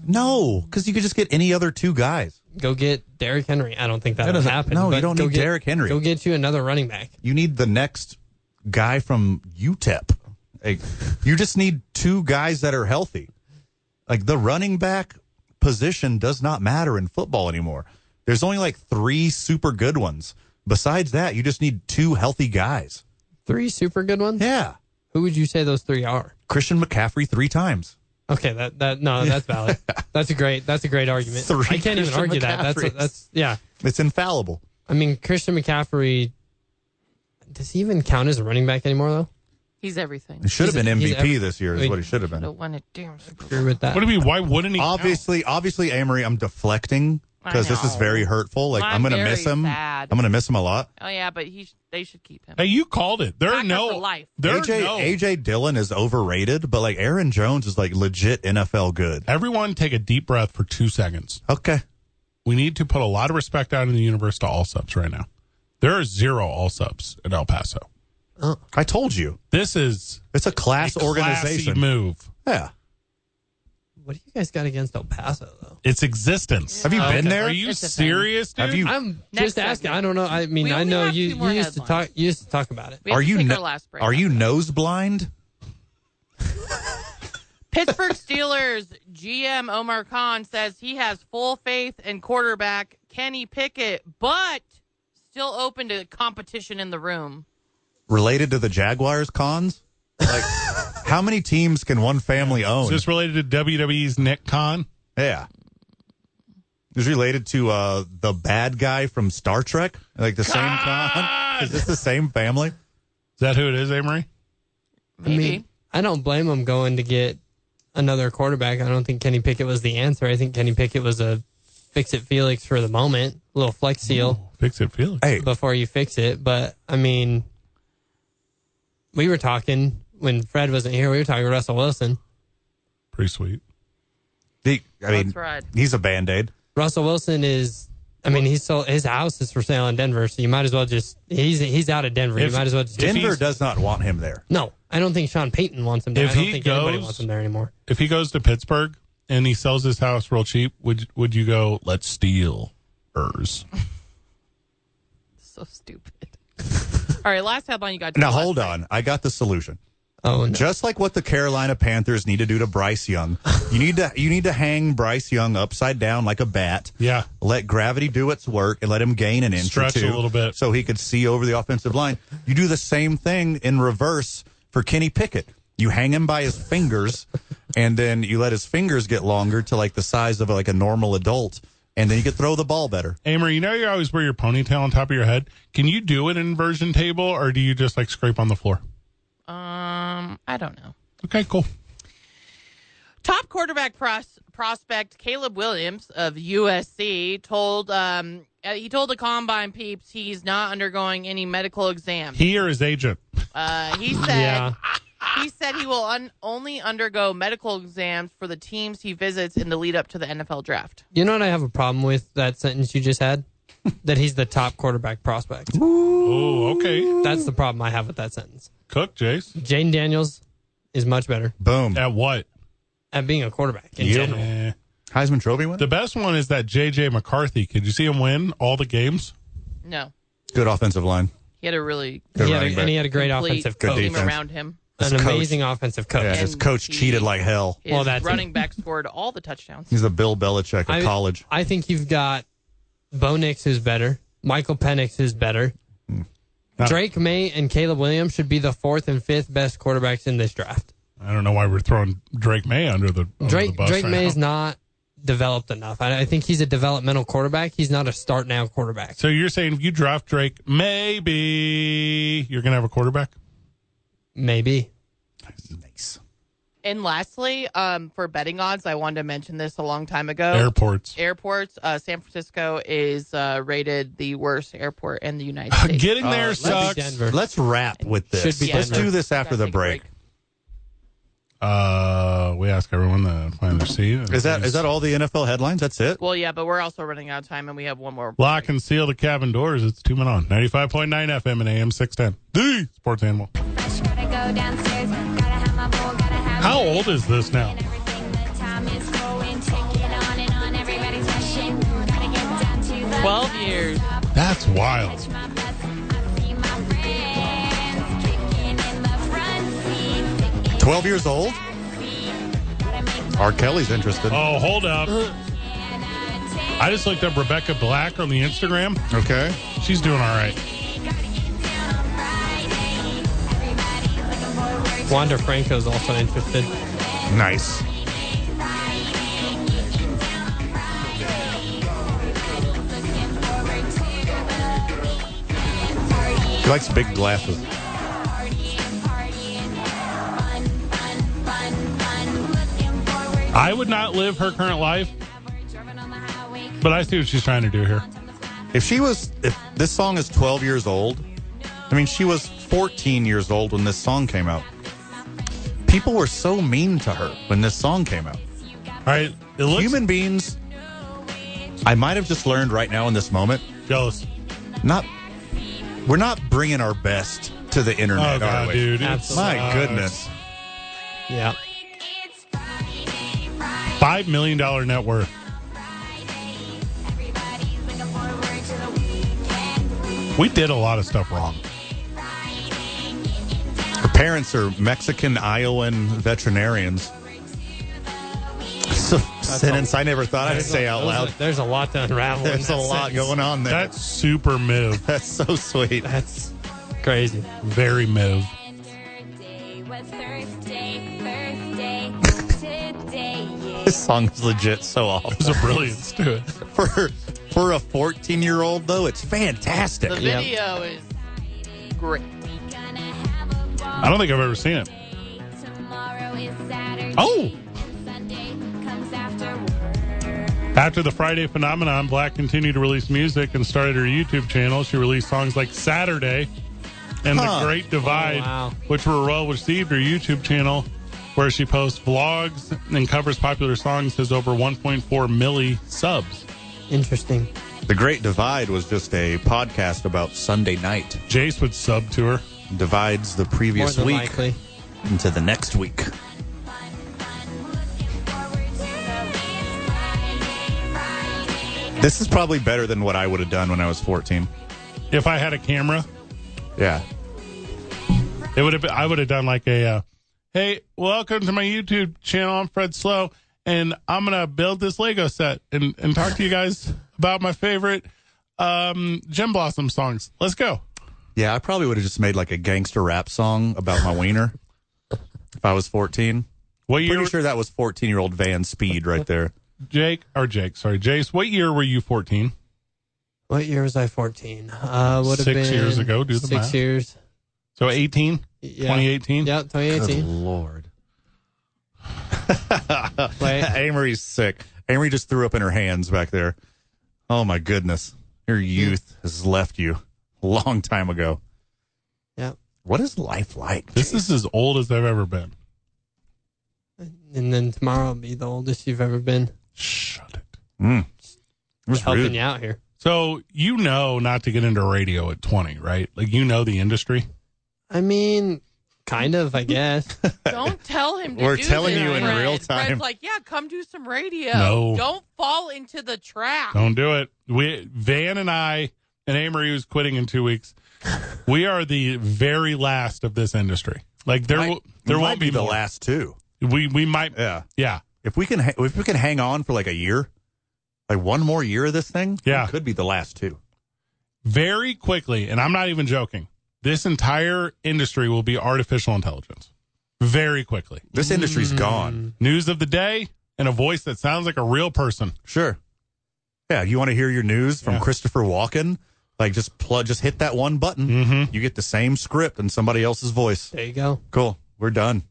S4: No, because you could just get any other two guys.
S8: Go get Derrick Henry. I don't think that'll
S4: doesn't-
S8: happen.
S4: no, you
S8: but
S4: don't
S8: go
S4: need
S8: get-
S4: Derrick Henry.
S8: Go get you another running back.
S4: You need the next guy from UTEP. Like, you just need two guys that are healthy. Like the running back position does not matter in football anymore. There's only like three super good ones. Besides that, you just need two healthy guys.
S8: Three super good ones.
S4: Yeah.
S8: Who would you say those three are?
S4: Christian McCaffrey three times.
S8: Okay, that that no, that's valid. that's a great that's a great argument.
S4: Three
S8: I can't even
S4: Christian
S8: argue that. That's
S4: McCaffreys.
S8: that's yeah.
S4: It's infallible.
S8: I mean, Christian McCaffrey. Does he even count as a running back anymore though?
S5: He's everything.
S4: It should have
S8: He's-
S4: been
S8: he's
S4: MVP
S8: ev-
S4: this year, is
S8: like-
S4: what he should have
S5: The
S4: been.
S5: one at damn Super Bowl.
S8: Agree with that.
S7: What do you mean? Why wouldn't he? count?
S4: Obviously, obviously, Amory, I'm deflecting because
S5: I
S4: this is
S5: know.
S4: very hurtful. Like
S5: I'm
S4: I'm, gonna
S5: very
S4: miss him.
S5: sad.
S4: I'm gonna miss him a lot.
S5: Oh yeah, but he sh- they should keep him.
S7: Hey, you called it. There are
S5: Packers
S7: no
S5: for life.
S7: There
S4: AJ
S7: are no.
S4: AJ Dillon is overrated, but like Aaron Jones is like legit NFL good.
S7: Everyone, take a deep breath for two seconds.
S4: Okay,
S7: We need to put a lot of respect out in the universe to all subs right now. There are zero all subs in El Paso.
S4: I told you
S7: This is
S4: it's a class
S7: a classy
S4: organization.
S7: move.
S4: Yeah,
S8: What do you guys got against El Paso though?
S7: It's existence.
S4: have you been there?
S7: Are you
S5: It's a thing.
S7: serious, dude?
S4: have you?
S8: I'm
S5: Next
S8: just asking.
S5: segment.
S8: I don't know. I mean,
S5: We
S8: I
S5: only
S8: know
S5: have
S8: you
S5: two more
S8: you used to
S5: headlines.
S8: talk you used to talk about it.
S5: We have
S4: Are
S5: to
S4: you?
S5: take
S4: no-
S5: our last break.
S4: are you nose blind?
S5: Pittsburgh Steelers GM Omar Khan says he has full faith in quarterback Kenny Pickett, but still open to competition in the room.
S4: Related to the Jaguars cons? Like, how many teams can one family
S7: Is
S4: own?
S7: this related to WWE's Nick Khan?
S4: Yeah. It was related to uh, the bad guy from Star Trek, like the same con. Is this the same family?
S7: Is that who it is, Amory?
S8: I
S5: Maybe.
S8: mean, I don't blame him going to get another quarterback. I don't think Kenny Pickett was the answer. I think Kenny Pickett was a fix it Felix for the moment, a little flex seal
S7: Fix it, Felix.
S4: Hey,
S8: before you fix it. But I mean, we were talking when Fred wasn't here. We were talking Russell Wilson.
S7: Pretty sweet.
S4: the, I mean,
S5: Let's ride.
S4: he's a band aid.
S8: Russell Wilson is. I mean, he's sold, his house is for sale in Denver, so you might as well just he's he's out of Denver.
S7: If-
S8: you might as well just
S4: Denver
S7: he's-
S4: does not want him there.
S8: no. I don't think Sean Payton wants him. There.
S7: If
S8: I don't
S7: he
S8: think anybody
S7: goes-
S8: wants him there anymore.
S7: If he goes to Pittsburgh and he sells his house real cheap, would would you go? Let's steal hers.
S5: So stupid. All right, last headline you got.
S4: Now, hold on. I got the solution.
S8: Oh no.
S4: Just like what the Carolina Panthers need to do to Bryce Young, you need to you need to hang Bryce Young upside down like a bat.
S7: Yeah.
S4: Let gravity do its work and let him gain an inch
S7: Stretch
S4: or
S7: a
S4: two
S7: little bit.
S4: so he could see over the offensive line. You do the same thing in reverse for Kenny Pickett. You hang him by his fingers and then you let his fingers get longer to like the size of like a normal adult and then you could throw the ball better.
S7: Amory, you know you always wear your ponytail on top of your head. Can you do an inversion table, or do you just like scrape on the floor?
S5: Um, I don't know.
S7: Okay, cool.
S5: Top quarterback pros- prospect Caleb Williams of USC told um, uh, he told the combine peeps he's not undergoing any medical exam.
S7: He or his agent.
S5: Uh, he said
S8: Yeah.
S5: he said he will un- only undergo medical exams for the teams he visits in the lead up to the NFL draft.
S8: You know what I have a problem with that sentence you just had? that he's the top quarterback prospect.
S7: Oh, okay.
S8: That's the problem I have with that sentence.
S7: Cook, Jace.
S8: Jane Daniels is much better
S4: Boom.
S7: At what?
S8: at being a quarterback in general.
S7: Eh.
S4: Heisman Trophy winner?
S7: The best one is that J.J. McCarthy. Could you see him win all the games?
S5: No,
S4: Good offensive line.
S5: he had a really
S4: Good
S8: He had a-
S4: running back.
S8: and he had a great
S5: complete
S8: offensive
S4: Good
S8: coach,
S5: team
S4: defense.
S5: around him.
S4: His
S8: an
S4: coach.
S8: amazing offensive coach.
S4: Yeah, his
S5: And
S4: coach
S5: he-
S4: cheated like hell.
S5: His
S8: Well, that's-
S5: running back scored all the touchdowns.
S4: He's the Bill Belichick of
S8: I-
S4: college.
S8: I think you've got Bo Nix who's better, Michael Penix who's better.
S4: Hmm.
S7: Not-
S8: Drake May and Caleb Williams should be the fourth and fifth best quarterbacks in this draft.
S7: I don't know why we're throwing Drake May under the
S4: Oh,
S7: under the
S8: Drake
S7: bus
S8: Drake
S7: right
S8: May is
S7: now.
S8: not developed enough. I, I think he's a developmental quarterback. He's not a start now quarterback.
S7: So you're saying if you draft Drake, maybe you're gonna have a quarterback?
S8: Maybe.
S4: Nice.
S5: And lastly, um, for betting odds, I wanted to mention this a long time ago.
S7: Airports.
S5: Airports, uh, San Francisco is uh, rated the worst airport in the United States.
S8: Uh,
S7: Getting there
S4: let's-
S8: Should Oh, be
S7: sucks.
S8: Denver.
S4: Let's wrap with this.
S8: Should be
S4: Let's
S8: Denver.
S4: do this after
S5: Gotta
S4: the
S5: take a
S4: break.
S7: Uh, we ask everyone to find their seat.
S4: Is that is that all the NFL headlines? That's it.
S5: Well, yeah, but we're also running out of time, and we have one more.
S7: Lock and seal the cabin doors. It's two men on ninety five point nine FM and AM six ten. The sports animal.
S10: Fresh, gotta go downstairs, gotta have my bowl, gotta have
S7: How
S10: my-
S7: old is this now?
S10: And everything, the time is going, tick it on and on, everybody's rushing. Gotta get down to the
S5: 12 years.
S7: That's wild.
S10: Catch my bus, I see my friends, kicking in the front seat, kicking
S4: Twelve years old.
S10: seat. Gotta make
S4: R. Kelly's interested.
S7: Oh, hold up.
S10: my take.
S7: I just looked up Rebecca Black on the Instagram.
S4: Okay.
S7: She's doing all right.
S8: Wander Franco's also interested.
S4: Nice. He likes big glasses.
S7: I would not live her current life, but I see what she's trying to do here.
S4: If she was, if this song is 12 years old, I mean, she was 14 years old when this song came out. People were so mean to her when this song came out.
S7: All right, it looks
S4: Human beings, I might have just learned right now in this moment,
S7: jealous.
S4: not, we're not bringing our best to the internet,
S7: Oh
S4: are
S7: god,
S4: we?
S7: dude! it
S8: Absolutely.
S4: My
S7: sucks.
S4: goodness.
S8: Yeah.
S7: five million dollar net worth. We did a lot of stuff wrong.
S4: Her parents are Mexican Iowan veterinarians. So, sentence I never thought I'd
S8: There's a-
S4: say out
S8: there's a-
S4: loud.
S8: there's a lot to unravel. in
S4: There's a
S8: that
S4: lot
S8: sentence.
S4: going on there.
S7: That's super move,
S4: That's so sweet.
S8: That's crazy.
S7: very move.
S10: Thursday was Thursday, Thursday, today, yeah.
S4: This song is legit so off.
S7: There's a brilliance to it.
S4: For for a 14 year old though, it's fantastic.
S5: The
S8: Yeah.
S5: video is great.
S7: I don't think I've ever seen it.
S10: Tomorrow is Saturday.
S7: Oh.
S10: and Sunday comes after work.
S7: After the Friday phenomenon, Black continued to release music and started her YouTube channel. She released songs like Saturday and
S4: Huh.
S7: The Great Divide,
S8: Oh, wow.
S7: which were well received. Her YouTube channel, where she posts vlogs and covers popular songs, has over 1.4 milli subs.
S8: Interesting.
S4: The Great Divide was just a podcast about Sunday night.
S7: Jace would sub to her.
S4: Divides the
S8: More
S4: previous
S8: than
S4: week
S8: likely.
S4: into the next week. This is probably better than what I would have done when I was 14.
S7: If I had a camera,
S4: Yeah.
S7: It would have. Been, I would have done like a, uh, hey, welcome to my YouTube channel. I'm Fred Slow, and I'm gonna build this Lego set and and talk to you guys about my favorite um Gem Blossom songs. Let's go.
S4: Yeah, I probably would have just made like a gangster rap song about my wiener if I was 14.
S7: What year,
S4: Pretty sure that was 14 year old Van Speed right there.
S7: Jake or Jake? Sorry, Jace. What year were you 14?
S8: What year was I? Fourteen. Uh, would have been
S7: Six years ago, do the
S8: six
S7: math.
S8: years.
S7: So 18,
S8: Yeah.
S7: 2018.
S8: Yep, 2018.
S4: lord.
S8: Wait.
S4: Amory's sick. Amory just threw up in her hands back there. Oh my goodness. Your youth has left you a long time ago.
S8: Yep.
S4: What is life like?
S7: This is as old as I've ever been.
S8: And then tomorrow will be the oldest you've ever been.
S7: Shut it.
S4: Mm. It was
S8: Helping
S4: rude.
S8: you out here.
S7: So you know not to get into radio at 20, right? Like you know the industry.
S8: I mean, Kind of, I guess.
S5: Don't tell him. To
S11: We're
S5: do
S11: telling
S5: this,
S11: you in
S5: Fred.
S11: real time.
S5: Fred's like, yeah, come do some radio.
S7: No.
S5: Don't fall into the trap.
S7: Don't do it. We Van and I and Amory who's quitting in two weeks. We are the very last of this industry. Like there, will there
S4: Might
S7: won't be,
S4: the
S7: more.
S4: last two.
S7: We we might.
S4: Yeah.
S7: Yeah.
S4: If we can, ha- if we can hang on for like a year, like one more year of this thing,
S7: Yeah.
S4: it could be the last two.
S7: Very quickly, and I'm not even joking. This entire industry will be artificial intelligence. Very quickly.
S4: This industry's gone.
S7: News of the day and a voice that sounds like a real person.
S4: Sure. Yeah, you want to hear your news from
S7: Yeah.
S4: Christopher Walken? Like just plug, just hit that one button.
S7: Mm-hmm.
S4: You get the same script in somebody else's voice.
S8: There you go.
S4: Cool. We're done.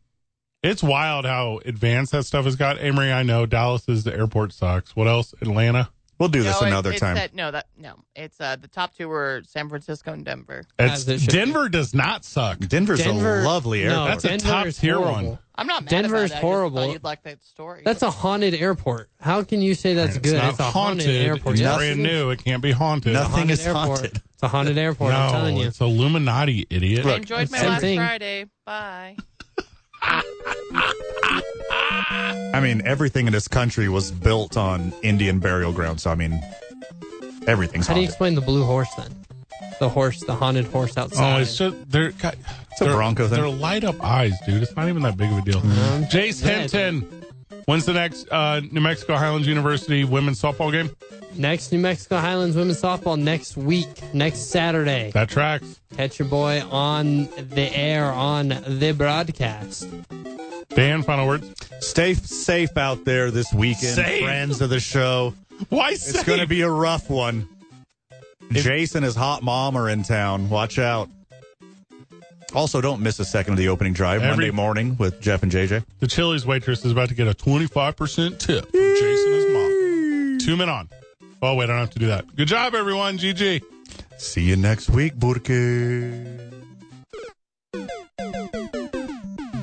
S7: It's wild how advanced that stuff has got. Amory, I know Dallas is the airport sucks. What else? Atlanta.
S4: We'll do
S5: No,
S4: this
S5: it-
S4: another
S5: it's
S4: time.
S5: that- no, that no. It's uh, the top two were San Francisco and Denver.
S7: It's,
S8: As it should be.
S7: Denver does not suck.
S4: Denver's
S8: Denver-
S4: a lovely
S8: no,
S4: airport.
S7: That's a
S8: Denver
S7: top
S8: is
S7: tier
S8: horrible.
S7: one.
S5: I'm not mad
S8: Denver's
S5: about it. I just
S8: horrible.
S5: thought you'd like that story.
S8: That's a haunted airport. How can you say that's good?
S7: It's not
S8: a
S7: haunted.
S8: airport.
S7: It's
S8: Yes, it
S7: brand
S8: is.
S7: new. It can't be haunted. Uh-huh.
S4: Nothing
S8: Haunted
S4: is
S8: airport.
S4: haunted.
S8: It's a haunted airport. I'm telling
S7: No,
S8: you.
S7: it's Illuminati, idiot.
S5: I enjoyed my
S8: same
S5: last
S8: thing.
S5: Friday. Bye.
S4: I mean, everything in this country was built on Indian burial grounds. So I mean, everything's
S8: How do you
S4: haunted.
S8: explain the blue horse then? The horse, the haunted horse outside.
S7: Oh, it's just they're God,
S4: a
S7: they're-
S4: Bronco thing. Mm-hmm.
S7: They're light up eyes, dude. It's not even that big of a deal. Jace
S8: Yeah, dude.
S7: Hinton. When's the next uh, New Mexico Highlands University women's softball game?
S8: Next New Mexico Highlands women's softball next week, next Saturday.
S7: That tracks.
S8: Catch your boy on the air on the broadcast.
S7: Dan, final words.
S4: Stay f- safe out there this weekend,
S7: Safe.
S4: friends of the show.
S7: Why
S4: It's going to be a rough one. Jason and his hot mom are in town. Watch out. Also, don't miss a second of the opening drive
S7: Every-
S4: Monday morning with Jeff and JJ.
S7: The Chili's waitress is about to get a 25% tip from Jason his
S4: Hmm.
S7: mom. Two men on. Oh, wait, I don't have to do that. Good job, everyone. GG.
S4: See you next week, Burke.